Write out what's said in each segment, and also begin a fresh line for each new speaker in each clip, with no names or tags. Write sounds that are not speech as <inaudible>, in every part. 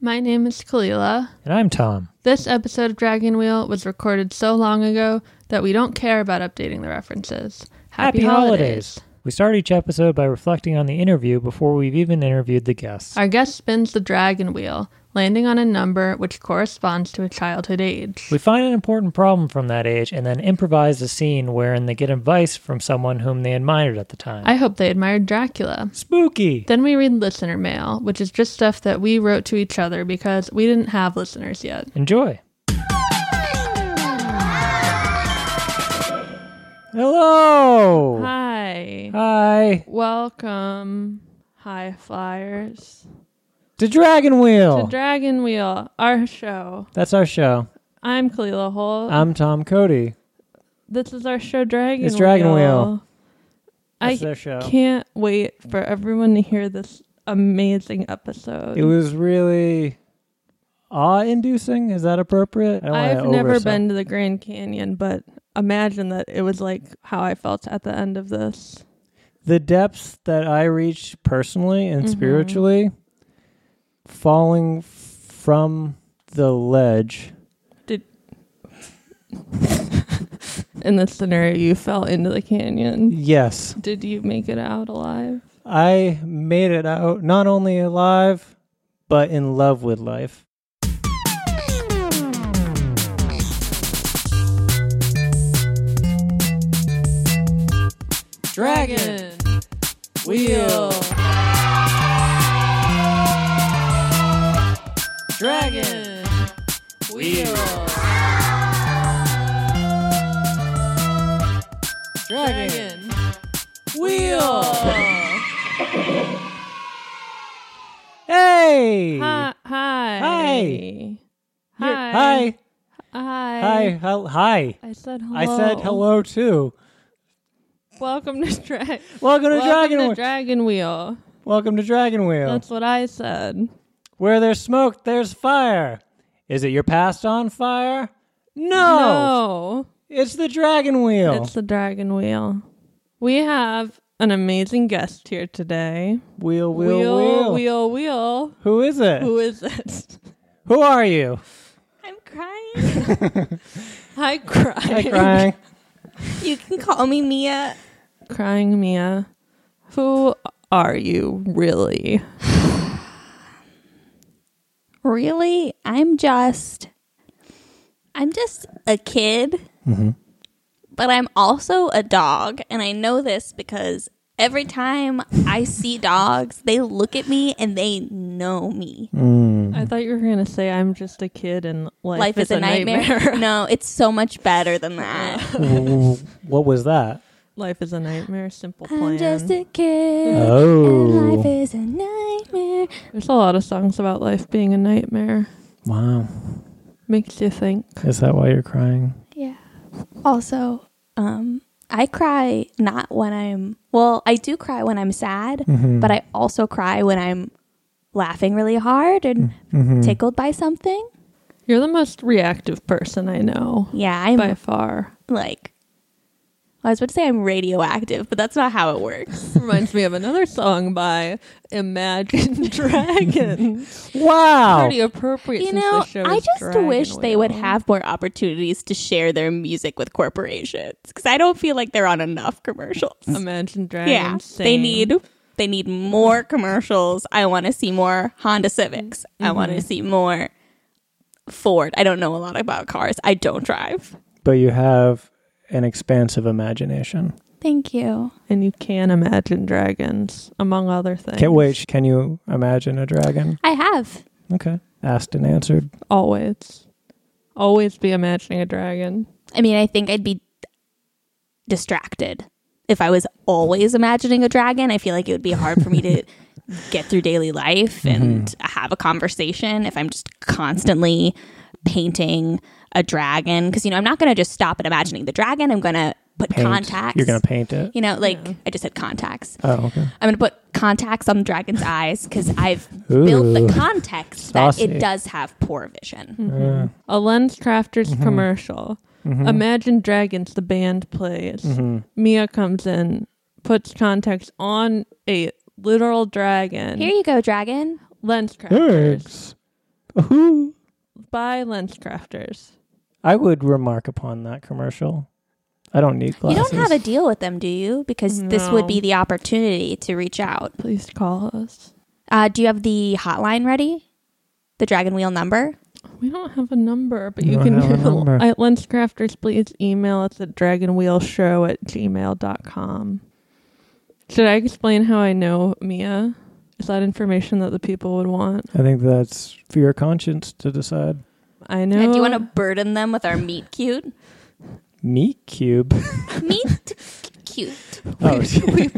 My name is Kalila.
And I'm Tom.
This episode of Dragon Wheel was recorded so long ago that we don't care about updating the references.
We start each episode by reflecting on the interview before we've even interviewed the guests.
Our guest spins the Dragon Wheel, landing on a number which corresponds to a childhood age.
We find an important problem from that age and then improvise a scene wherein they get advice from someone whom they admired at the time.
I hope they admired Dracula.
Spooky!
Then we read listener mail, which is just stuff that we wrote to each other because we didn't have listeners yet.
Enjoy. Hello!
Hi.
Oh. Hi.
Welcome, high flyers,
To Dragon Wheel!
to Dragon Wheel, our show.
That's our show.
I'm Kalila Holt.
I'm Tom Cody.
this is our show, Dragon
It's
Wheel.
Dragon Wheel. That's
I
their show.
can't wait for everyone to hear this amazing episode.
It was really awe-inducing. Is that appropriate? I don't wanna
I've never
oversell.
been to the Grand Canyon, but imagine that it was like how I felt at the end of this. <laughs>
the depths that I reached personally and
Mhm.
spiritually, falling f- from the ledge.
In this scenario, you fell into the canyon.
Yes,
Did you make it out alive?
I made it out not only alive, but in love with life.
Wheel.
Dragon Wheel.
Dragon Wheel.
Hey!
Hi. Hi.
Hi. You're-
Hi.
Hi!
Hi.
Hi! hel- Hi!
I said hello.
I said hello too.
Welcome to, dra-
Welcome to
Welcome
Dragon
to
Wheel.
Dragon Wheel.
Welcome to Dragon Wheel.
That's what I said.
Where there's smoke, there's fire. Is it your past on fire? No,
No.
it's the Dragon Wheel.
It's the Dragon Wheel. We have an amazing guest here today.
Wheel, wheel, wheel,
wheel, wheel. wheel.
Who is it?
Who is it?
Who
<laughs>
are you?
I'm crying.
Hi, crying. <laughs>
Hi, crying.
you can call me Mia.
Crying Mia. Who are you really?
Really? I'm just I'm just a kid. But I'm also a dog, and I know this because every time I see dogs, they look at me and they know me.
Hmm.
I thought you were gonna say I'm just a kid and life,
Life is a nightmare. <laughs> no, it's so much better than that.
what was that?
<laughs> Life is a nightmare. Simple plan.
I'm just a kid.
Oh.
And life is a nightmare.
There's a lot of songs about life being a nightmare.
Wow.
Makes you think.
Is that why you're crying?
Yeah. Also, um, I cry not when I'm well, I do cry when I'm sad,
Mm-hmm.
but I also cry when I'm laughing really hard and
Mm-hmm. Mm.
tickled by something.
You're the most reactive person I know
Yeah, I'm
by far.
like I was about to say I'm radioactive, but that's not how it works.
Reminds me of another song by <laughs> Imagine Dragons. Oh.
Wow.
Pretty appropriate.
you
since
know,
the show
I
is
just
Dragon
wish they
Wheel.
would have more opportunities to share their music with corporations because I don't feel like they're on enough commercials.
Imagine Dragons.
yeah, they
sing.
need they need more commercials. I want to see more Honda Civics. I want
Mm-hmm.
to see more Ford. I don't know a lot about cars. I don't drive.
But you have an expansive imagination.
Thank you.
and you can imagine dragons, among other things.
Can't wait. Can you imagine a dragon?
I have.
Okay. Asked and answered.
Always, always be imagining a dragon.
I mean, I think I'd be distracted if I was always imagining a dragon. I feel like it would be hard for
<laughs>
me to get through daily life
Mm-hmm.
and have a conversation if I'm just constantly painting a dragon because you know I'm not going to just stop at imagining the dragon. I'm going to put
Paint.
contacts.
You're going to paint it.
You know, like I just said contacts.
Oh, okay.
I'm going to put contacts on the dragon's eyes because I've built
Ooh.
the context that
Saucy.
it does have poor vision.
Uh,
Mm-hmm. A lens crafter's
Mm-hmm.
commercial. Imagine Dragons, the band plays.
Mm-hmm.
Mia comes in, puts contacts on a literal dragon.
Mm-hmm.
Here you go, dragon.
lens crafters.
thanks. Woohoo!
by lens crafters.
I would remark upon that commercial. I don't need
You
glasses.
don't have a deal with them, do you? Because this
No.
would be the opportunity to reach out.
Please call us.
Uh, do you have the hotline ready? The Dragon Wheel number?
We don't have a number, but
We
you
don't
can
have a number.
at lens crafters. Please email us at dragonwheelshow at gmail.com. Should I explain how I know Mia? Is that information that the people would want?
I think that's for your conscience to decide.
I know.
And do you want to burden them with our meat cute?
Meat
<laughs>
cube.
meat cute.
Oh,
<laughs>
<laughs>
we,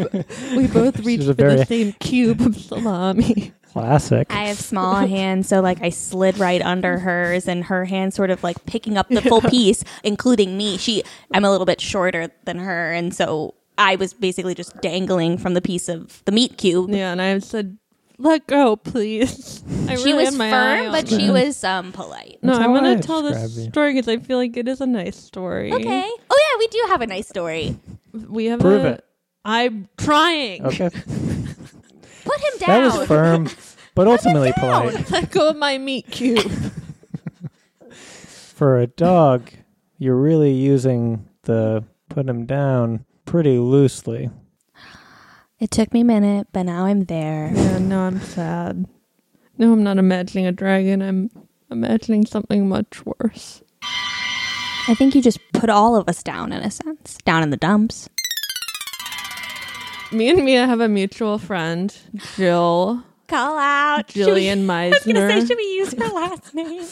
we both
She's
reached for
a very-
the same cube of salami.
classic.
I have
<laughs>
small hands, so like I slid right under hers, and her hand sort of like picking up the
<laughs>
full piece, including me. She, I'm a little bit shorter than her, and so I was basically just dangling from the piece of the
<laughs>
meat cube.
Yeah, and I said, "Let go, please." <laughs> I
she
really
was
had my eye
firm,
on
but
it.
she was um polite.
No,
That's
I
how
want
I
to tell this
describe you.
story because I feel like it is a nice story.
Okay. Oh yeah, we do have a nice story.
we have
Prove
a,
it.
I'm trying. <laughs>
<laughs>
Okay.
Put him
That
down.
was firm,
<laughs>
but ultimately polite.
Let go of my meat cube.
<laughs> For a dog, you're really using the put him down pretty loosely.
It took me a minute, but now I'm there.
yeah, no, I'm sad. No, I'm not imagining a dragon. I'm imagining something much worse.
I think you just put all of us down in a sense, down in the dumps.
Me and Mia have a mutual friend, Jill
Call
Uh,
out, Should we-
<laughs> Jillian
<laughs> I was gonna say,
Meisner,
should we use
<laughs>
her last name?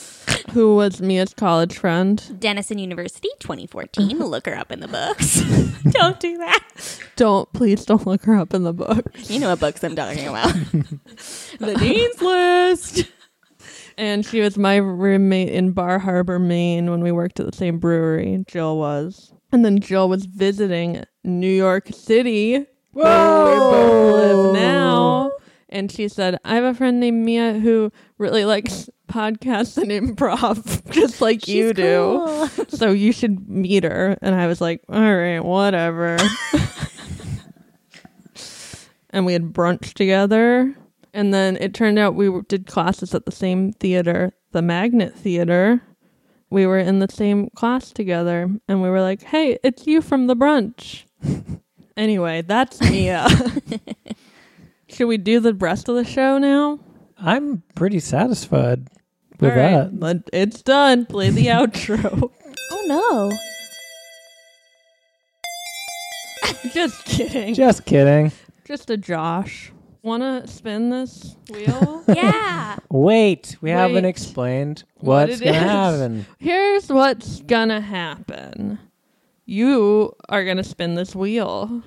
who was Mia's college friend.
Denison University 2014.
Uh-huh.
Look her up in the books.
<laughs>
don't do that.
Don't please don't look her up in the book.
You know what books I'm
<laughs>
talking about. the Dean's List.
And she was my roommate in Bar Harbor, Maine, when we worked at the same brewery. Jill was. And then Jill was visiting New York City. where we both live now. And she said, I have a friend named Mia who really likes podcasts and improv, <laughs> just like you do. So you should meet her. And I was like, all right, whatever. and we had brunch together. And then it turned out we were- did classes at the same theater, the Magnet Theater. We were in the same class together. And we were like, hey, it's you from the brunch. <laughs> anyway, that's Mia. <laughs> should we do the rest of the show now?
I'm pretty satisfied with
All
that.
right, let- It's done. Play the outro. <laughs>
Oh no.
Just kidding.
Just kidding.
Just a Josh. Wanna spin this wheel?
Yeah.
Wait, we
Wait.
haven't explained
What
what's
it
going to
is.
happen.
Here's what's gonna happen. You are gonna spin this wheel.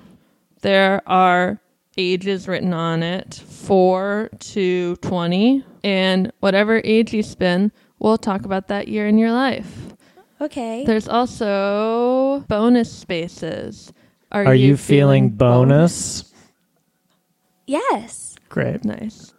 There are ages written on it, four to twenty, and whatever age you spin, we'll talk about that year in your life.
Okay.
<laughs> There's also bonus spaces.
Are, you, feeling, bonus?
yes.
Great.
Nice.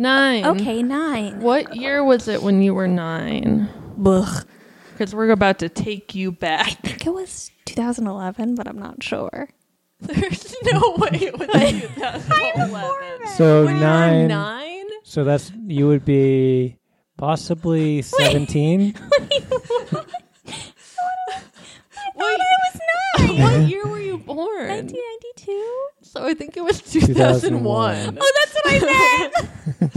Nine.
Okay, nine.
What year was it when you were nine?
Ugh.
Because we're about to take you back. <laughs>
It was 2011, but I'm not sure.
There's no way it
<laughs>
was 2011.
So
When you were
nine.
Nine?
So that's you would be possibly seventeen.
Wait,
I was nine.
what year were you born?
1992.
So I think it was 2001.
Oh, that's what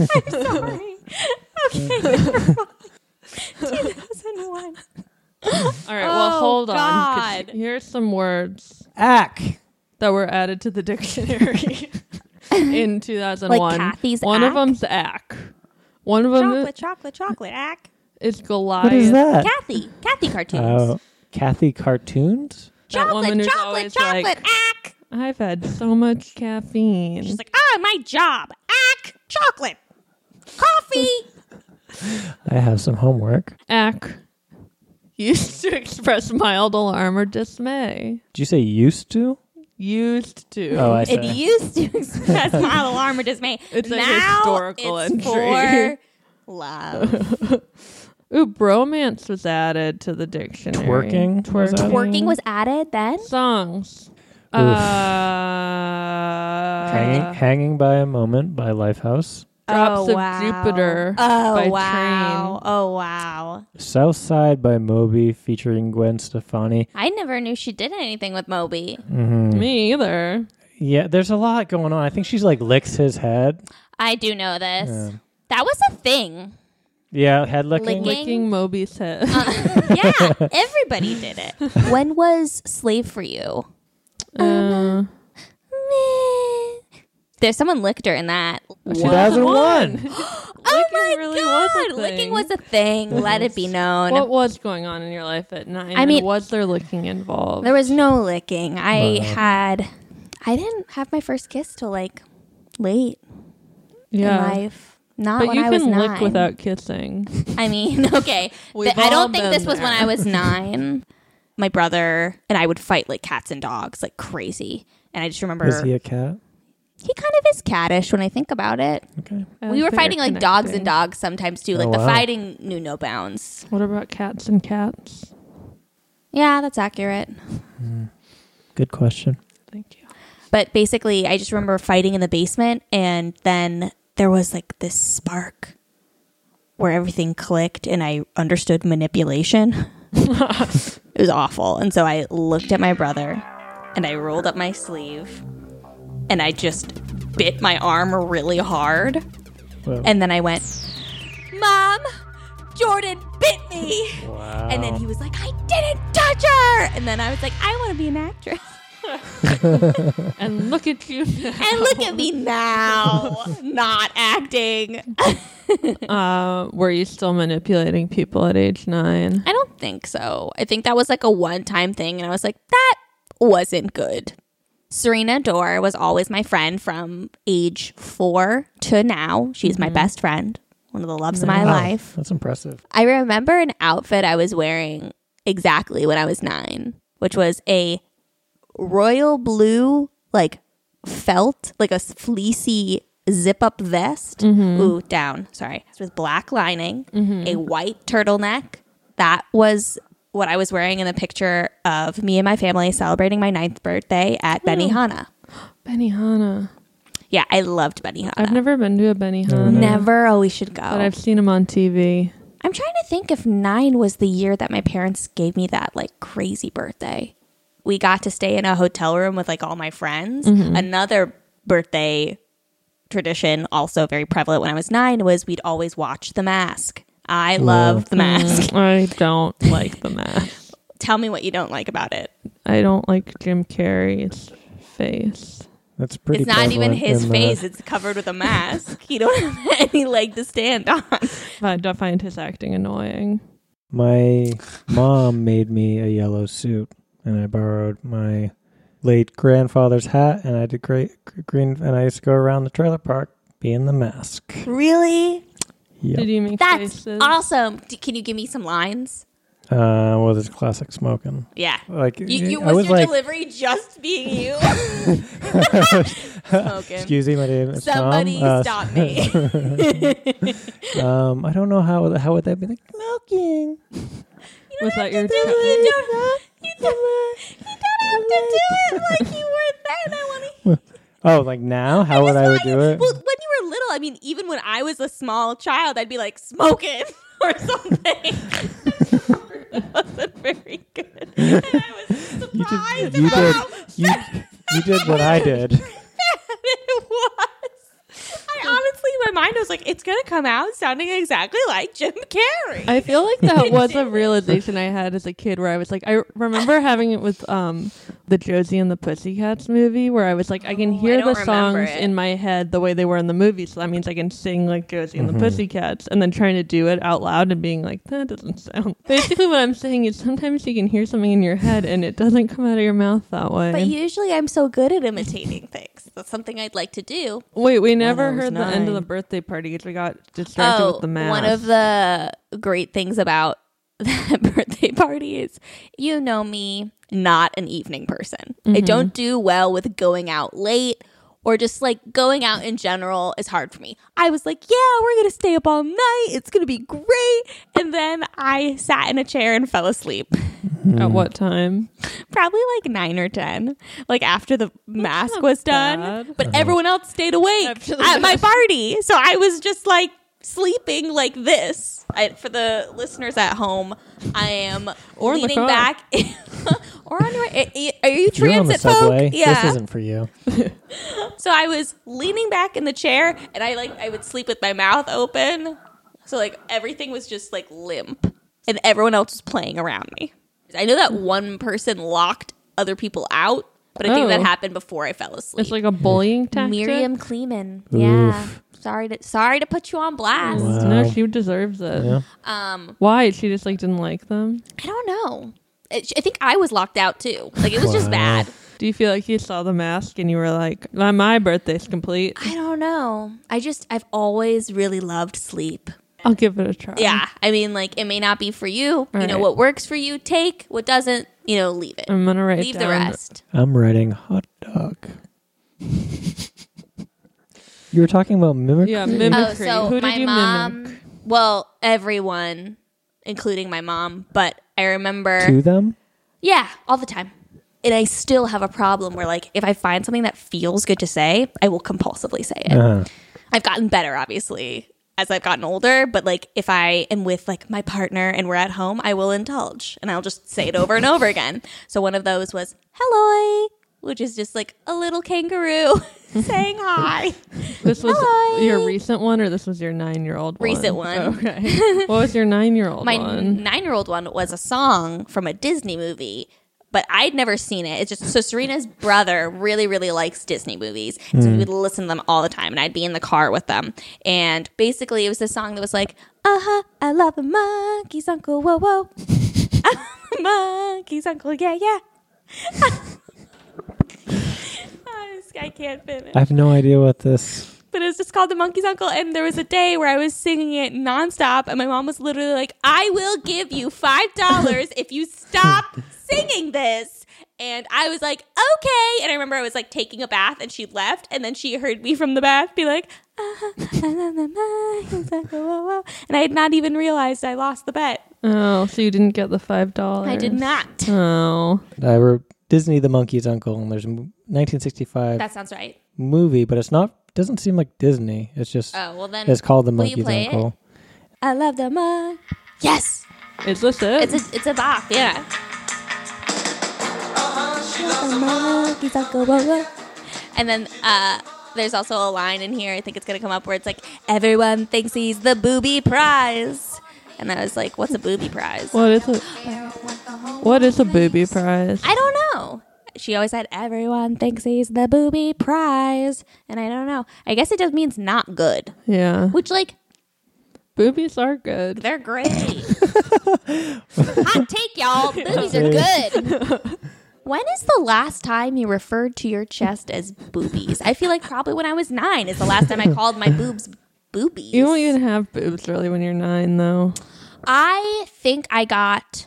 <laughs>
I said. I'm sorry. Okay, never mind. 2001.
All right, <laughs> well,
Oh,
hold on. 'cause
God.
Here's some words
Ack.
that were added to the
<laughs>
dictionary in 2001.
Kathy's
One of
ack?
them's ack. One of them
Chocolate, chocolate, chocolate. Ack.
is Goliath.
What is that?
Kathy. Kathy cartoons.
Uh, Oh, Kathy cartoons.
That woman
chocolate,
who's
chocolate,
always
chocolate.
like-
ack.
I've had so much caffeine.
She's like, ah, my job. Ack. Chocolate. Coffee.
I have some homework.
Ack <laughs> used to express mild alarm or dismay.
Did you say used to?
Used to.
Oh, I see.
it used to <laughs> express mild alarm or dismay.
It's a
now
historical
it's
<laughs> entry.
For
<laughs>
love.
Ooh, bromance was added to the dictionary.
Twerking was
Twerking.
added?
Working was added then.
Songs. Uh,
Hanging, hanging by a moment by Lifehouse.
Drops of Jupiter
Oh
by
wow!
train.
Oh wow!
Southside by Moby featuring Gwen Stefani.
I never knew she did anything with Moby.
Me either.
Yeah, there's a lot going on. I think she's like licks his head.
I do know this. That was a thing.
Yeah, head licking.
Licking.
Licking Moby's head.
Uh,
<laughs>
yeah, everybody did it. When was Slave for You?
<laughs> Uh,
There's someone licked her in that.
What?
2001.
Oh my
Licking really was
god!
a
licking
thing.
was a thing. Let it be known.
what was going on in your life at nine?
I
I
mean-
mean, was there licking involved?
there was no licking. I
Wow.
had, I didn't have my first kiss till like late
yeah.
in life. Not
But
when
you
I was
can
nine.
lick without kissing.
I mean, <laughs> okay.
<laughs> We've
Th- I
all
don't think
been
this was when
there.
I was nine. My brother and I would fight like cats and dogs, like crazy. And I just remember
Is he
he,
a cat?
kind of is cattish when I think about it.
Okay.
I like
we were
that you're
fighting like dogs and
connecting.
dogs sometimes too. Like
Oh,
the
wow.
fighting knew no bounds.
What about cats and cats?
Yeah, that's accurate.
Good question.
Thank you.
But basically, I just remember fighting in the basement, and then there was like this spark where everything clicked, and I understood manipulation. it was awful. And so I looked at my brother, and I rolled up my sleeve, and I just bit my arm really hard.
Whoa.
And then I went, Mom, Jordan bit me.
wow.
And then he was like, I didn't touch her. And then I was like, I want to be an actress.
And look at you. <laughs> now.
And look at me now, not acting. I
Uh, were you still manipulating people at age nine?
don't think so. I think that was like a one time thing. And I was like, that wasn't good. Serena Dore was always my friend from age four to now. She's my best friend, one of the loves of my
Wow,
life.
That's impressive.
I remember an outfit I was wearing exactly when I was nine, which was a royal blue, like felt, like a s- fleecy zip up vest. Ooh, down, sorry. With black lining, a white turtleneck. That was what I was wearing in the picture of me and my family celebrating my ninth birthday at Benihana.
Benihana.
Yeah, I loved Benihana.
I've never been to a Benihana.
Uh, Never, oh, we should go.
But I've seen them on TV.
I'm trying to think if nine was the year that my parents gave me that like crazy birthday. We got to stay in a hotel room with like all my friends.
Mm-hmm.
Another birthday tradition, also very prevalent when I was nine, was we'd always watch The Mask. I love The
Mm.
Mask.
Mm, I don't like the mask.
<laughs> Tell me what you don't like about it.
I don't like Jim Carrey's face.
That's pretty.
it's not even
prevalent
his
in the-
face, it's covered with a mask. he don't <laughs> have any leg to stand on.
I don't find his acting annoying.
My mom made me a yellow suit, and I borrowed my late grandfather's hat, and I did great green, and I used to go around the trailer park being the mask.
Really?
Did
Yep.
you make
That's
faces?
awesome. D- can you give me some lines?
Uh, well, there's classic smoking.
Yeah.
Like
You, you,
I
was,
was
your
like,
delivery just
<laughs>
being you? Smoking.
excuse me, my name is Tom."
Somebody
Uh, <laughs>
stop me.
Um, I don't know how how would that be like smoking.
Was that your?
you
Ch-
don't, you don't, you don't have to do it like you were then. I want to hear.
Oh, like now? How would I would do it?
Well, when you were little, I mean, even when I was a small child, I'd be like, smoke it <laughs> or something. <laughs> it wasn't very good. And I was surprised
you did. You
at
did.
how
You, you did what I
<laughs>
did.
bad it was. I honestly, my mind was like, it's gonna come out sounding exactly like Jim Carrey.
I feel like that
<laughs>
was a realization I had as a kid where I was like, I remember having it with um the Josie and the Pussycats movie where I was like, I can
Oh, I
hear the
don't remember
songs
it.
in my head the way they were in the movie, so that means I can sing like Josie and the Pussycats, and then trying to do it out loud and being like, that doesn't sound. <laughs> Basically, what I'm saying is sometimes you can hear something in your head and it doesn't come out of your mouth that way.
But usually I'm so good at imitating things. That's something I'd like to do.
Wait, we
I
never
was
heard the end of the
nine.
birthday party because we got distracted with the mask.
Oh, one of the great things about <laughs> that birthday party is you know me, not an evening person. I don't do well with going out late or just like going out in general is hard for me. I was like, yeah, we're going to stay up all night. It's going to be great. And then I sat in a chair and fell asleep. <laughs>
At what time?
Probably like nine or ten, like after the mask
not
was done.
bad.
Uh-huh.
But everyone else stayed awake
After
at
the
my
mask.
party, so I was just like sleeping like this. I, for the listeners at home, I am
Or in the
leaning
car.
back. <laughs> or on your, are you transit
You're on the
folk?
subway.
Yeah.
This isn't for you.
So I was leaning back in the chair, and I like I would sleep with my mouth open, so like everything was just like limp, and everyone else was playing around me. I know that one person locked other people out, but I think that
Oh.
happened before I fell asleep.
It's like a bullying tactic.
Miriam Kleeman, yeah.
Oof.
Sorry to sorry to put you on blast.
Wow.
No, she deserves it.
Yeah.
Um,
Why? She just like didn't like them.
I don't know. It, I think I was locked out too. Like it was just
Wow.
bad.
Do you feel like you saw the mask and you were like, "My, my birthday's complete.
I don't know. I just I've always really loved sleep.
I'll give it a try."
Yeah. I mean, like, it may not be for you. you know,
right.
what works for you, take. What doesn't, you know, leave it.
I'm gonna write
leave the
down-
rest.
I'm writing hot
<laughs>
dog. you were talking about mimicry.
Yeah, mimicry.
Oh, so
Who did
my
you
mom,
mimic?
well, everyone, including my mom, but I remember,
to them.
yeah, all the time. And I still have a problem where, like, if I find something that feels good to say, I will compulsively say it.
Uh-huh.
I've gotten better, obviously, as I've gotten older. But like, if I am with like my partner and we're at home, I will indulge and I'll just say it over and over again. So one of those was "hello," which is just like a little kangaroo <laughs> saying hi.
This was
Hi.
your recent one, or this was your nine-year-old one?
Recent one. <laughs>
Okay. what was your nine-year-old
My
one?
nine-year-old one was a song from a Disney movie. But I'd never seen it. It's just so Serena's brother really, really likes Disney movies. And so we would listen to them all the time, and I'd be in the car with them. And basically, it was this song that was like, "Uh huh, I love the monkeys, Uncle Whoa Whoa." <laughs> monkeys, Uncle. Yeah, yeah. <laughs> I just- I can't finish.
I have no idea what this.
But it was just called The Monkey's Uncle. And there was a day where I was singing it nonstop. And my mom was literally like, I will give you $5 if you <laughs> stop singing this. And I was like, okay. And I remember I was like taking a bath and she left. And then she heard me from the bath be like, <laughs> "Uh-huh, I love The Monkey's Uncle. Whoa, whoa." And I had not even realized I lost the bet.
Oh, so you didn't get the five dollars?
I did not.
Oh,
I wrote Disney the Monkey's Uncle, and there's a mo- 1965
That sounds right.
movie, but it's not. Doesn't seem like Disney. It's just.
Oh, well then.
It's called the
will you
Monkey's
play it?
Uncle.
I love the monkey. Yes.
is this it?
It's a, it's a bop. Yeah. And then uh, there's also a line in here. I think it's gonna come up where it's like, "Everyone thinks he's the booby prize," and I was like, "What's a booby prize?"
what is it? What is a booby prize?
I don't know. She always said, "Everyone thinks he's the booby prize," and I don't know. I guess it just means not good,
yeah,
which like
boobies are good.
they're great. Hot take, <laughs> y'all. Boobies are good. When is the last time you referred to your chest as boobies? I feel like probably when I was nine is the last time I called my boobs boobies.
You don't even have boobs really when you're nine, though.
I think I got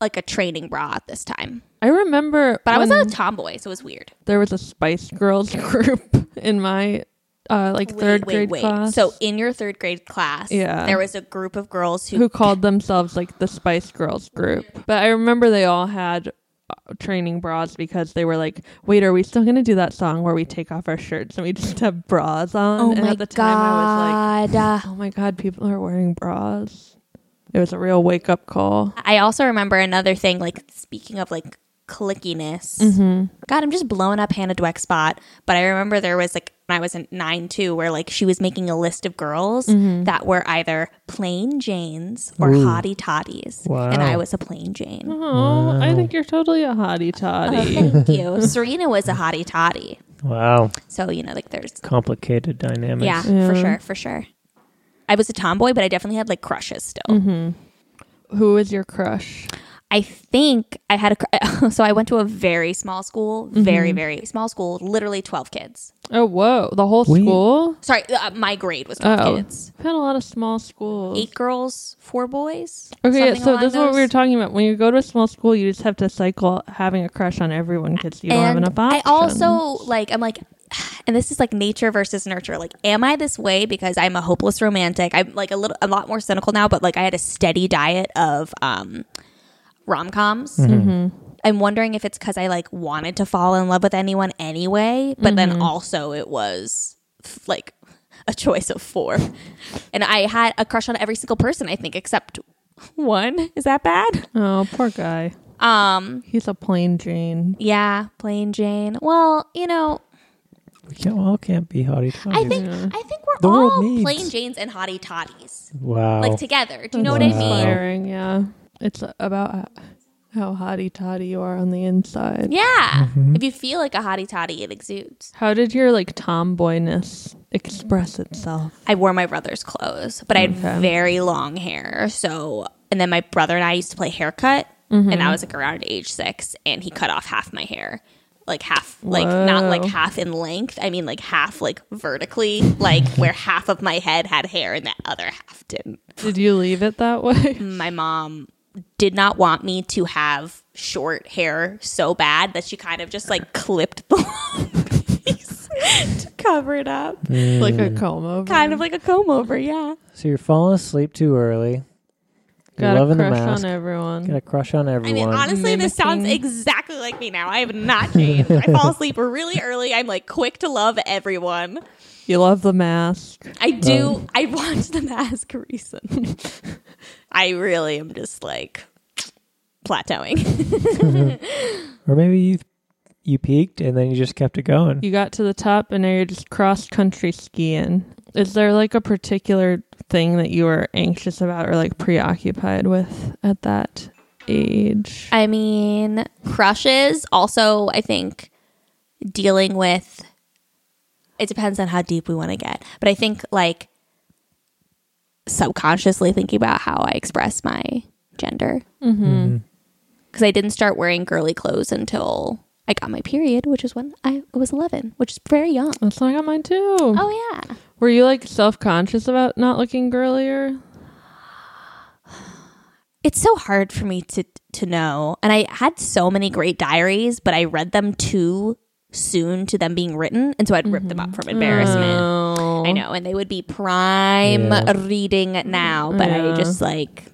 like a training bra at this time.
I remember,
But I was
when
a tomboy, so it was weird.
there was a Spice Girls <laughs> group in my uh, like third grade class.
So in your third grade class,
Yeah.
there was a group of girls who,
who called themselves like the Spice Girls group. But I remember they all had uh, training bras because they were like, "Wait, are we still going to do that song where we take off our shirts and we just have bras on?"
Oh
and
my
at the time I was
god. Uh,
like, "Oh my god, people are wearing bras." It was a real wake up call.
I also remember another thing, like speaking of like clickiness. God, I'm just blowing up Hannah Dweck's spot. But I remember there was like when I was in nine too, where like she was making a list of girls that were either plain Janes or hottie toddies, and I
Wow.
was a plain Jane. Oh,
Oh, I think you're totally a hottie toddy.
Thank you. Serena was a hottie toddy.
Wow,
So you know, like there's
complicated dynamics.
yeah, for sure, for sure. I was a tomboy, but I definitely had like crushes still. Uh,
Who is your crush?
I think I had a cr- <laughs> so I went to a very small school, very
Mm-hmm.
very small school, literally 12 kids.
Oh, whoa, the whole
We-
school.
Sorry, uh, my grade was 12
Oh,
kids.
I've had a lot of small schools.
Eight girls, four boys.
Okay,
something
yeah, so
along
this is what we were
those.
talking about. When you go to a small school, you just have to cycle having a crush on everyone because you don't have
and
enough options.
I also like I'm like <sighs> and this is like nature versus nurture. Like am I this way because I'm a hopeless romantic? I'm like a little a lot more cynical now, but like I had a steady diet of um rom coms.
Mm-hmm.
I'm wondering if it's because I like wanted to fall in love with anyone anyway, but
Mm-hmm.
then also it was f- like a choice of four. <laughs> And I had a crush on every single person, I think, except one. Is that bad?
Oh, poor guy.
Um,
He's a plain Jane.
yeah, plain Jane. Well, you know,
We can't, all can't be hottie
I
toddies.
think I think we're
The world
all
needs-
plain Janes and hottie toddies.
wow.
Like together. Do you know what I mean?
Inspiring, yeah. It's about how hotty toddy you are on the inside.
Yeah.
Mm-hmm.
If you feel like a hottie toddy, it exudes.
How did your like tomboyness express itself?
I wore my brother's clothes, but I had very long hair. So, and then my brother and I used to play haircut,
Mm-hmm.
and I was like around age six, and he cut off half my hair. Like half, like not like
Whoa.
half in length. I mean, like half, like vertically, like
<laughs>
where half of my head had hair and the other half didn't.
Did you leave it that
<laughs>
way?
my mom did not want me to have short hair so bad that she kind of just like clipped <laughs> the long piece to cover it up.
like a comb over.
Kind of like a comb over, yeah.
so you're falling asleep too early. You're
Got a
loving the
crush
mask.
on everyone.
Got a crush on
I
everyone.
mean, honestly, this sounds
Mimicking.
exactly like me now. I have not changed. I fall asleep really early. I'm like quick to love everyone.
You love the mask.
I do. I watched The Mask <laughs> recently. I really am just like plateauing.
<laughs> or maybe you you peaked and then you just kept it going.
You got to the top and now you're just cross country skiing. Is there like a particular thing that you were anxious about or like preoccupied with at that age?
I mean, crushes. Also, I think dealing with it depends on how deep we want to get, but I think like subconsciously thinking about how I express my gender
Mm-hmm.
Mhm.
because I didn't start wearing girly clothes until I got my period, which is when I was 11, which is very young.
That's why I got mine too.
Oh, yeah.
Were you like self conscious about not looking girlier?
it's so hard for me to to know and i had so many great diaries but i read them too soon to them being written and so i'd rip them up from embarrassment
Oh.
i know and they would be prime
Yeah.
reading now but
Yeah.
i just like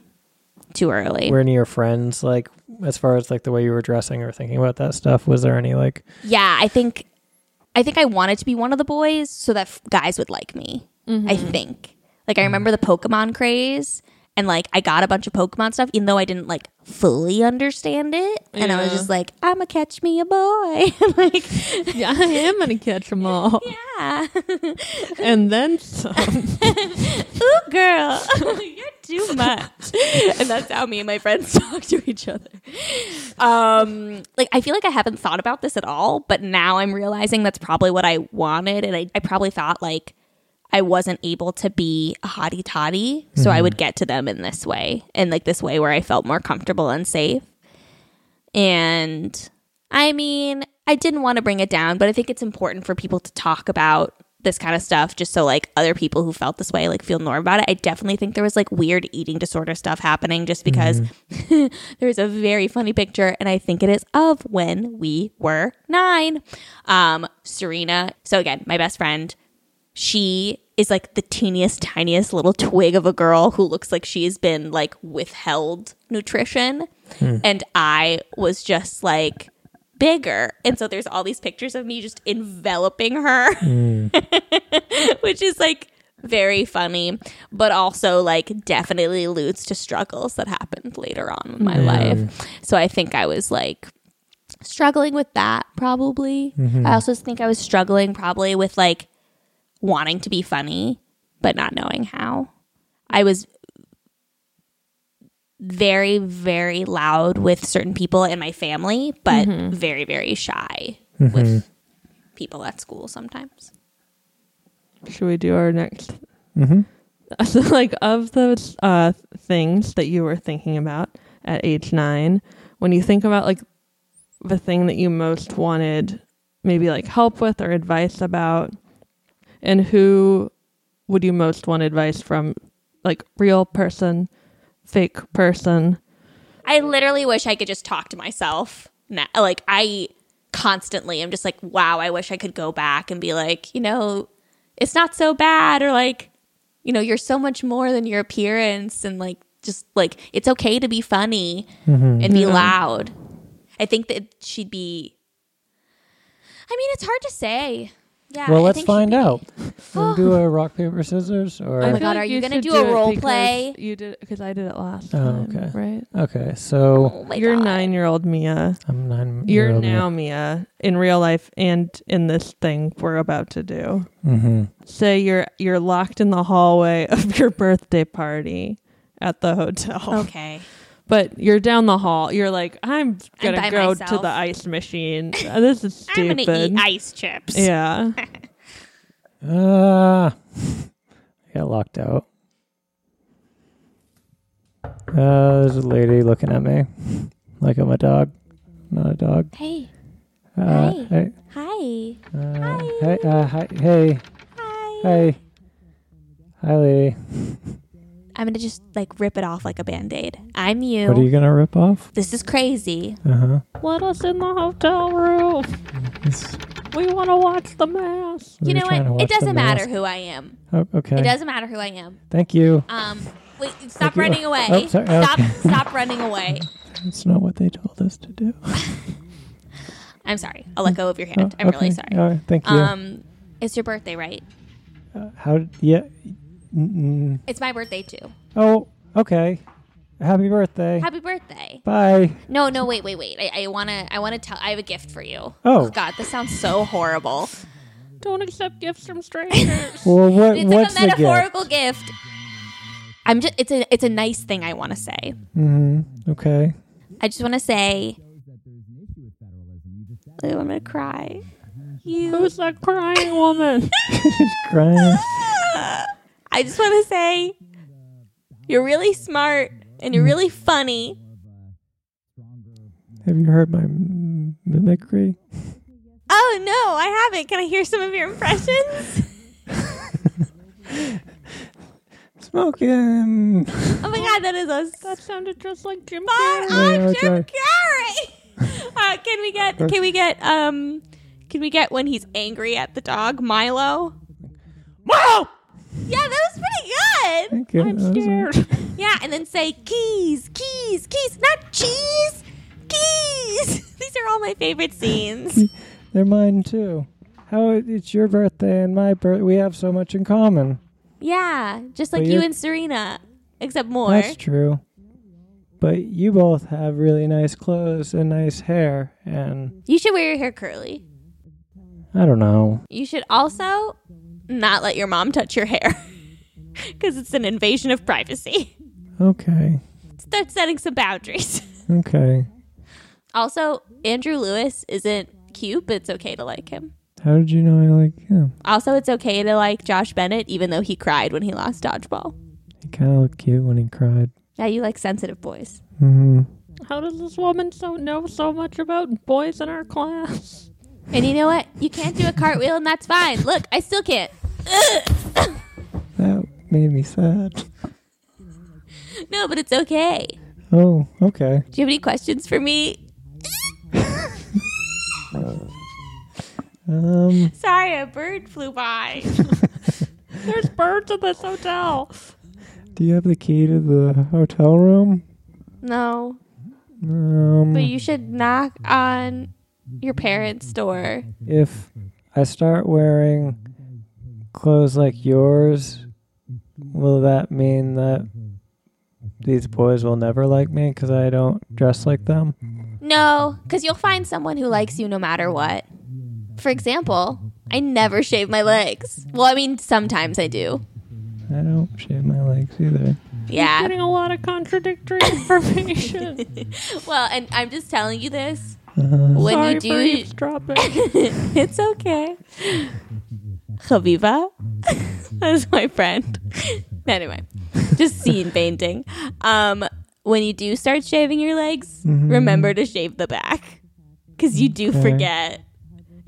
too early
Were any of your friends like, as far as like the way you were dressing or thinking about that stuff? Was there any like,
yeah i think i think i wanted to be one of the boys so that f- guys would like me
Mm-hmm.
i think like i remember the pokemon craze and like i got a bunch of pokemon stuff even though i didn't like fully understand it and i was
Yeah.
just like i'm a catch me a boy <laughs> And,
<laughs>
like
Yeah, I am gonna catch them all,
<laughs> yeah
and then some.
ooh girl <laughs> you're too much and that's how me and my friends <laughs> talk to each other um like i feel like i haven't thought about this at all but now i'm realizing that's probably what i wanted and i, I probably thought like i wasn't able to be a hottie toddy so i would get to them in this way and like this way where i felt more comfortable and safe and i mean i didn't want to bring it down but i think it's important for people to talk about this kind of stuff just so like other people who felt this way like feel normal about it i definitely think there was like weird eating disorder stuff happening just because <laughs> there's a very funny picture, and I think it is of when we were nine. Um, Serena, so again, my best friend, she is like the teeniest, tiniest little twig of a girl who looks like she has been like withheld nutrition. And I was just like bigger. And so there's all these pictures of me just enveloping her <laughs> which is like very funny, but also like definitely alludes to struggles that happened later on in my life. So I think I was like struggling with that probably. I also think I was struggling probably with like wanting to be funny, but not knowing how. I was very, very loud with certain people in my family, but very, very shy
Mm-hmm.
with people at school sometimes.
Should we do our next? Mm-hmm. <laughs> So, like, of those uh, things that you were thinking about at age nine, when you think about like the thing that you most wanted, maybe like help with or advice about, and who would you most want advice from? Like, real person, fake person.
I literally wish I could just talk to myself. Now. Like I constantly am just like, wow, I wish I could go back and be like, you know, it's not so bad or like, you know, you're so much more than your appearance and like just like it's okay to be funny
Mm-hmm.
and be loud. I think that she'd be. I mean, it's hard to say. Yeah.
well,
I
let's
think she'd
find
be- <gasps>
out. Wanna do a rock paper scissors or
Oh my
feel
God, are you gonna
should
do a role
it because
play?
You did because I did it last.
Oh,
time,
okay.
Right.
<laughs> okay. So
Oh my
You're
God.
nine year old Mia.
I'm nine.
You're now Mia in real life and in this thing we're about to do.
hmm
Say you're you're locked in the hallway <laughs> of your birthday party at the hotel.
Okay.
But you're down the hall. You're like, I'm gonna
by
go to
myself.
the ice machine. Uh, this is
<laughs> I'm
stupid.
gonna eat ice chips.
yeah.
<laughs>
Uh, <laughs> I got locked out. Uh, there's a lady looking at me like I'm a dog. Not a dog.
Hey.
Uh,
Hi.
Hey.
Hi.
Uh, hey. Uh, hi. Hey.
Hi.
Hey. Hi, lady.
I'm gonna just like rip it off like a band aid. I'm you.
What are you gonna rip off?
This is crazy.
Uh huh.
Let us in the hotel room. We want to watch the mass.
you know what? It doesn't matter who I am.
Oh, okay.
It doesn't matter who I am.
Thank you.
Um, wait, stop
you.
running away.
Oh, sorry.
Stop,
Okay.
stop running away.
That's not what they told us to do.
I'm sorry. I'll let go of your hand. I'm really
Oh, Okay.
sorry.
All right. Thank you.
Um, it's your birthday, right?
Uh, how? d- Yeah. Mm-mm.
It's my birthday too.
Oh. Okay. Happy birthday.
Happy birthday!
Bye.
No, no, wait, wait, wait. I, I wanna, I wanna tell. I have a gift for you. Oh,
Oh.
God, this sounds so horrible.
Don't accept gifts from
<laughs>
strangers.
Well, what?
It's
what's
like
the
a
gift?
metaphorical gift. I'm just. It's a. It's a nice thing I want to say.
Mm-hmm. Okay.
I just want to say. Ooh, I'm gonna cry. You.
Who's that crying woman?
She's crying.
I just want to say, you're really smart and you're really funny.
Have you heard my m- mimicry?
Oh no, I haven't. Can I hear some of your impressions?
Smoking.
Oh my god, that is us.
that sounded just like Jim
Hi,
Carrey.
Yeah,
I'm
that's
Jim
right.
Carrey. <laughs> Uh, can we get? Can we get? Um, can we get when he's angry at the dog, Milo?
Wow.
Yeah, that was pretty good.
Thank you.
I'm
That was
scared.
Yeah, and then say keys, keys, keys, not cheese, keys. <laughs> These are all my
<laughs>
favorite scenes.
all- They're mine too. How it- it's your birthday and my birth? We have so much in common.
Yeah, just like
Well,
you
you're-
and Serena, except more.
That's true. But you both have really nice clothes and nice hair, and
You should wear your hair curly.
I don't know.
You should also not let your mom touch your hair <laughs> because it's an invasion of privacy. <laughs>
Okay.
Start setting some boundaries. <laughs>
Okay.
Also, Andrew Lewis isn't cute, but it's okay to like him.
How did you know I like him?
Also, it's okay to like Josh Bennett, even though he cried when he lost dodgeball.
He kind of looked cute when he cried.
Yeah, you like sensitive boys.
Mm-hmm.
How does this woman so know so much about boys in our class? <laughs>
And you know what? You can't do a cartwheel, and that's fine. Look, I still can't. <coughs> Ugh.
That made me sad.
no, but it's okay.
Oh, okay.
Do you have any questions for me?
Um,
Sorry, a bird flew by.
There's birds in this hotel.
do you have the key to the hotel room?
No,
Um,
but you should knock on your parents' door.
if I start wearing clothes like yours, will that mean that these boys will never like me because I don't dress like them?
No, because you'll find someone who likes you no matter what. For example, I never shave my legs. Well, I mean, sometimes I do.
I don't shave my legs either.
Yeah.
Getting a lot of contradictory information.
<laughs> Well, and I'm just telling you this.
Uh,
When
Sorry
you
for
do,
eavesdropping.
<laughs> it's okay. Habiba <laughs> is my friend. <laughs> Anyway, just scene painting. Um, when you do start shaving your legs, remember to shave the back because you do
Okay.
forget,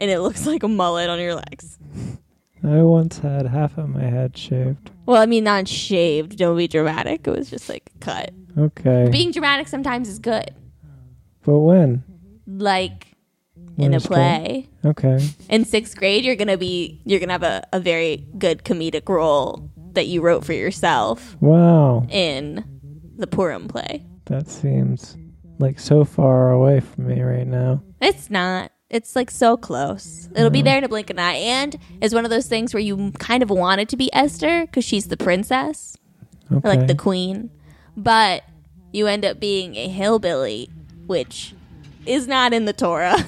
and it looks like a mullet on your legs.
mm-hmm. I once had half of my head shaved.
Well, I mean, not shaved. Don't be dramatic. It was just like a cut.
Okay.
Being dramatic sometimes is good,
but when?
like
When
in a
it's good?
play.
Okay.
in sixth grade you're gonna be you're gonna have a, a very good comedic role that you wrote for yourself
Wow.
in the Purim play.
That seems like so far away from me right now.
It's not. It's like so close. It'll be there in a blink of an eye. And it's one of those things where you kind of want it to be Esther because she's the princess
Okay.
or like the queen, but you end up being a hillbilly, which is not in the Torah.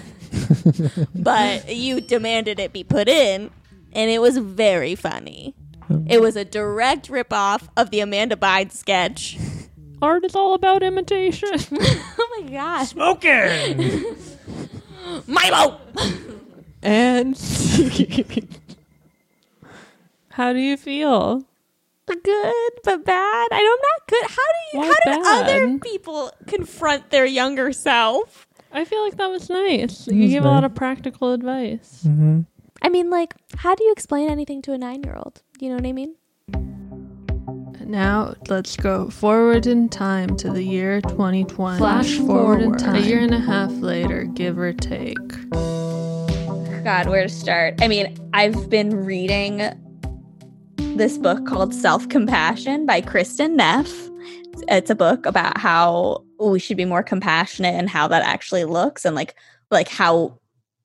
<laughs> but you demanded it be put in, and it was very funny. It was a direct ripoff of the Amanda Bynes <laughs> sketch.
Art is all about imitation.
<laughs> oh my gosh.
Smoking!
Milo!
and <laughs> how do you feel?
good but bad. I don't not good. How do you
Why
how do
bad?
other people confront their younger self?
I feel like that was nice. You
was
gave a lot
nice.
of practical advice.
hmm
I mean like how do you explain anything to a 9-year-old? You know what I mean?
Now let's go forward in time to the year 2020.
Flash forward in time.
A year and a half later, give or take.
God, where to start? I mean, I've been reading this book called Self Compassion by Kristen Neff. It's a book about how we should be more compassionate and how that actually looks and like like how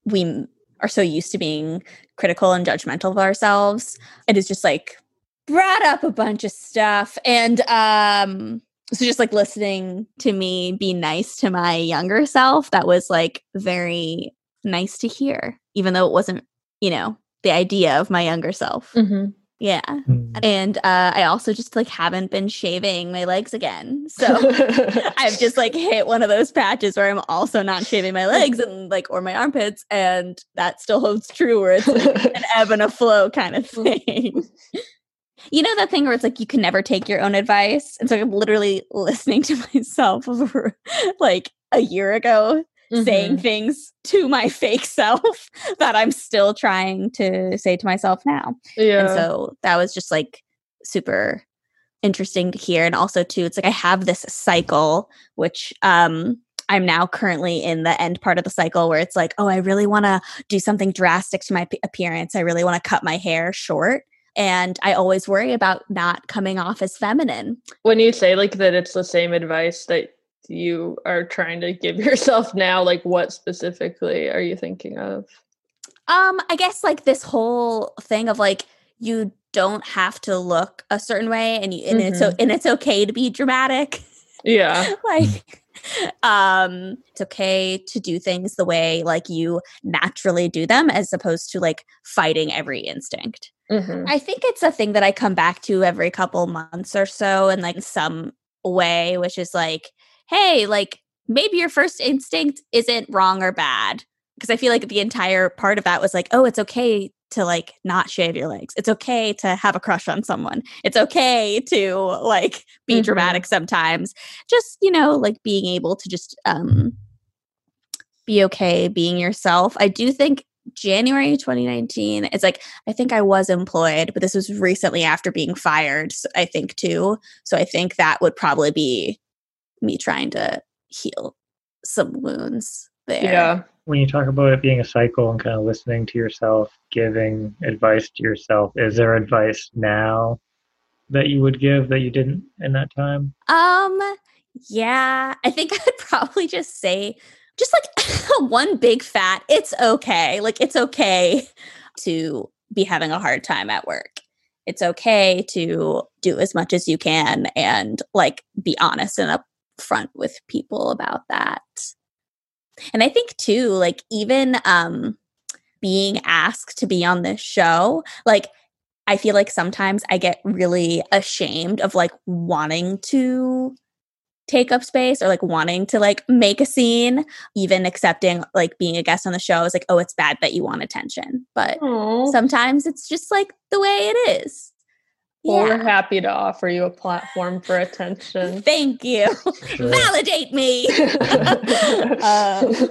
we are so used to being critical and judgmental of ourselves. It is just like brought up a bunch of stuff and um so just like listening to me be nice to my younger self that was like very nice to hear, even though it wasn't, you know, the idea of my younger self.
Mm-hmm.
Yeah. And uh, I also just like haven't been shaving my legs again. So I've just like hit one of those patches where I'm also not shaving my legs and like or my armpits. And that still holds true where it's like, an ebb and a flow kind of thing. <laughs> You know that thing where it's like you can never take your own advice, and so I'm literally listening to <laughs> myself over like a year ago, saying things to my fake <laughs> self that I'm still trying to say to myself now. And
Yeah.
so that was just like super interesting to hear. And also too, it's like I have this cycle, which um I'm now currently in the end part of the cycle where it's like, oh, I really want to do something drastic to my p- appearance. I really want to cut my hair short. And I always worry about not coming off as feminine.
when you say like that it's the same advice that you are trying to give <laughs> yourself now like what specifically are you thinking of
Um, I guess like this whole thing of like you don't have to look a certain way, and you and it's so and it's okay to be dramatic.
yeah
<laughs> like, um, it's okay to do things the way like you naturally do them, as opposed to like fighting every instinct.
hmm
I think it's a thing that I come back to every couple months or so in like some way, which is like, hey, like maybe your first instinct isn't wrong or bad. Cause I feel like the entire part of that was like, oh, it's okay to like not shave your legs. It's okay to have a crush on someone. It's okay to like be
Mhm.
dramatic sometimes. Just, you know, like being able to just um be okay being yourself. I do think January 2019, it's like I think I was employed, but this was recently after being fired, s- I think, too. So I think that would probably be me trying to heal some wounds there.
yeah
when you talk about it being a cycle and kind of listening to yourself, giving advice to yourself, is there advice now that you would give that you didn't in that time?
Um, yeah, I think <laughs> I'd probably just say just like <laughs> one big fat, it's okay. Like it's okay to be having a hard time at work. It's okay to do as much as you can and like be honest and upfront with people about that. And I think too, like even um being asked to be on this show, like I feel like sometimes I get really ashamed of like wanting to take up space or like wanting to like make a scene, even accepting like being a guest on the show is like, oh, it's bad that you want attention. But
Oh.
sometimes it's just like the way it is.
well we're
Yeah.
happy to offer you a platform for attention
Thank you. Validate
<laughs>
me. Uh,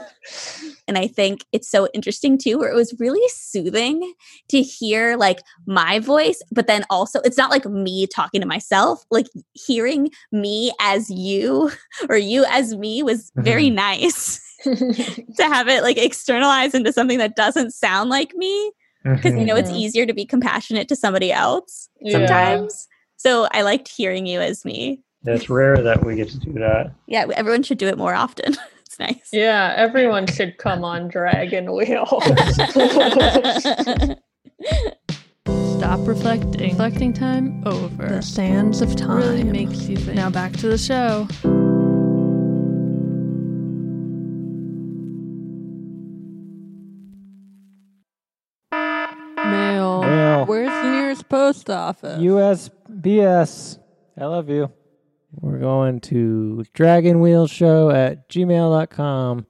and I think it's so interesting too, where it was really soothing to hear like my voice, but then also it's not like me talking to myself, like hearing me as you or you as me was very nice <laughs> to have it like externalized into something that doesn't sound like me
Mm-hmm.
because you know it's
Mhm.
easier to be compassionate to somebody else
Yeah.
sometimes. So I liked hearing you as me.
It's rare that we get to do that.
Yeah, everyone should do it more often. <laughs> it's nice.
Yeah, everyone should come on
<laughs>
Dragon Wheel. <laughs>
Stop reflecting. Reflecting time over.
The sands of time.
Really makes you think. Now back to the show.
Mail.
Mail.
Where's the nearest post office?
USBS. I love you. We're going to Dragon Wheel Show at gmail.com.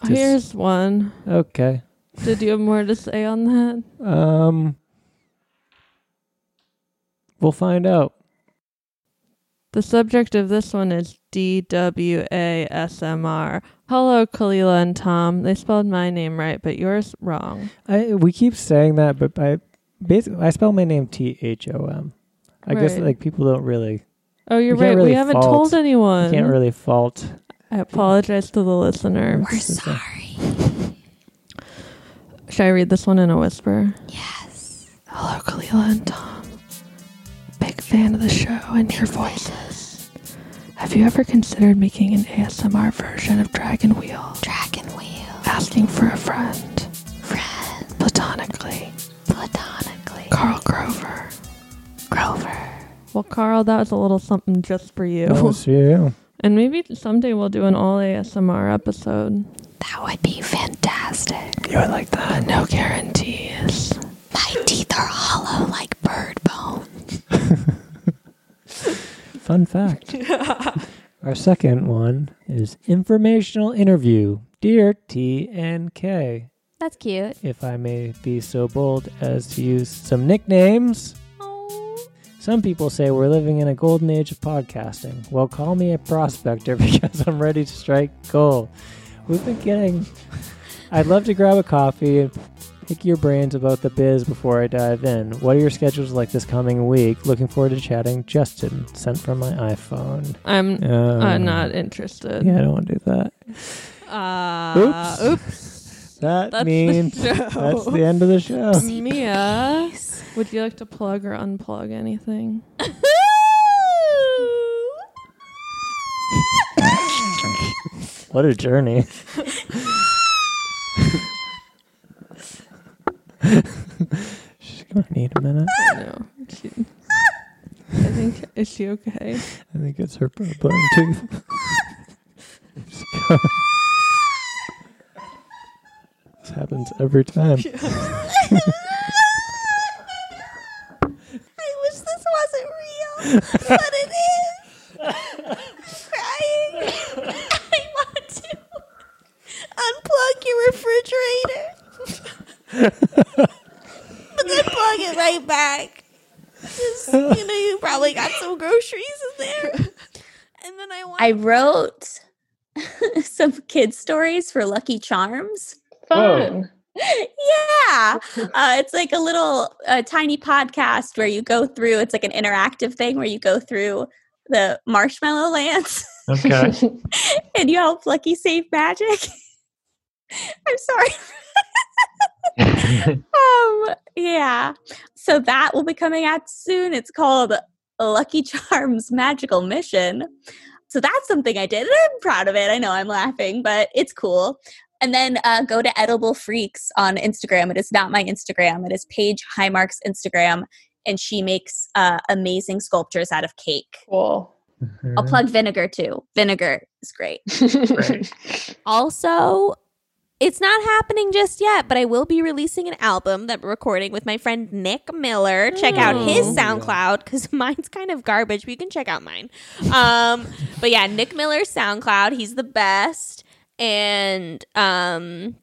just-
Oh, Here's one.
Okay.
Did you have more to say on that?
Um, we'll find out.
The subject of this one is DWASMR. Hello, Kalila and Tom. They spelled my name right, but yours wrong.
I we keep saying that, but I basically I spell my name T H O M. I guess
Right.
like people don't really
Oh, you're
We can't
right.
really
we haven't
fault-
told anyone.
can't really fault.
I apologize to the listener.
We're sorry.
Should I read this one in a whisper?
Yes.
Hello, Kalila and Tom. Big fan of the show and your voices. Have you ever considered making an ASMR version of Dragon Wheel?
Dragon wheel.
Asking for a friend,
Friend.
platonically.
Platonically.
Carl Grover.
Grover.
Well, Carl, that was a little something just for you.
Oh, so you.
And maybe someday we'll do an all ASMR episode.
That would be fantastic.
You would like that? No guarantees.
My teeth are hollow like bird bone.
Fun
<laughs>
fact. Our second one is informational interview. Dear T and K,
That's cute.
if I may be so bold as to use some nicknames.
Oh.
Some people say we're living in a golden age of podcasting. Well, call me a prospector <laughs> because I'm ready to strike gold. We've been getting. I'd love to grab a coffee and pick your brains about the biz before I dive in. What are your schedules like this coming week? Looking forward to chatting. Justin, sent from my iPhone.
I'm
Um,
uh, not interested.
Yeah, I don't want to do that.
Uh,
Oops. That
That's <laughs> the
means that's the end of
<laughs>
the show.
oops. Mia, would you like to plug or unplug <laughs> anything?
What a journey. <laughs> She's gonna need a minute.
no. She, I think, is she okay?
I think it's her bu- button tooth. <laughs> She's going- this happens every time.
<laughs>
<laughs> I wish this wasn't real, but it is. I'm crying. <laughs> I want to unplug your refrigerator, <laughs> but then plug it right back. Just you know, you probably got some groceries in there, and then I want. I wrote <laughs> some kid stories for Lucky Charms.
Fun.
yeah uh, it's like a little uh, tiny podcast where you go through it's like an interactive thing where you go through the marshmallow lands
Okay.
and you help lucky save magic <laughs> i'm sorry um yeah so that will be coming out soon it's called lucky charms magical mission so that's something i did and i'm proud of it i know i'm laughing but it's cool and then uh, go to edible freaks on instagram it is not my instagram it is paige highmark's instagram and she makes uh, amazing sculptures out of cake
<laughs> cool.
i'll plug vinegar too vinegar is great
Great.
<laughs>
also, it's not happening just yet, but I will be releasing an album that we're recording with my friend Nick Miller. Check out his
Oh.
SoundCloud because <laughs> mine's kind of garbage, but you can check out mine. Um, but yeah, Nick Miller's SoundCloud, he's the best. And um,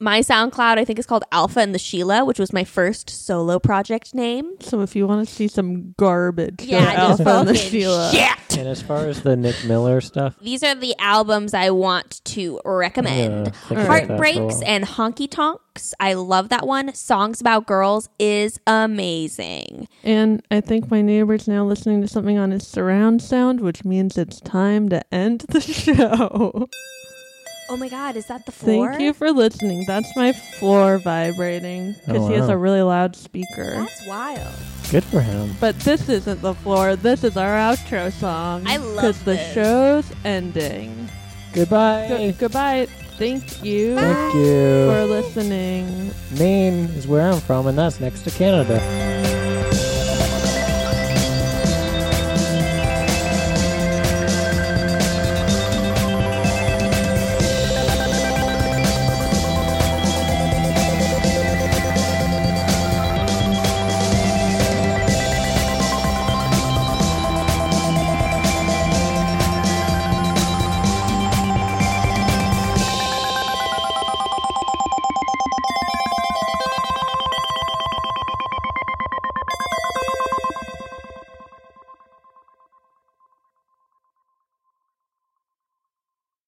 my SoundCloud, I think, is called Alpha and the Sheila, which was my first solo project name.
So if you want to see some garbage, go to
Yeah, just
Alpha and the
fucking
Sheila.
shit.
And as far as the Nick Miller stuff,
These are the albums I want to recommend.
yeah, think about that for a
Heartbreaks
while.
and Honky Tonks. I love that one. Songs About Girls is amazing.
And I think my neighbor's now listening to something on his surround sound, which means it's time to end the <laughs> show.
Oh my God, is that the floor?
Thank you for listening. That's my floor vibrating because
Oh,
he has
wow.
a really loud speaker.
That's wild.
Good for him.
But this isn't the floor. This is our outro song.
I love
the
this.
show's ending.
Goodbye.
Go- goodbye. Thank you
Thank
for
you.
listening.
Maine is where I'm from, and that's next to Canada.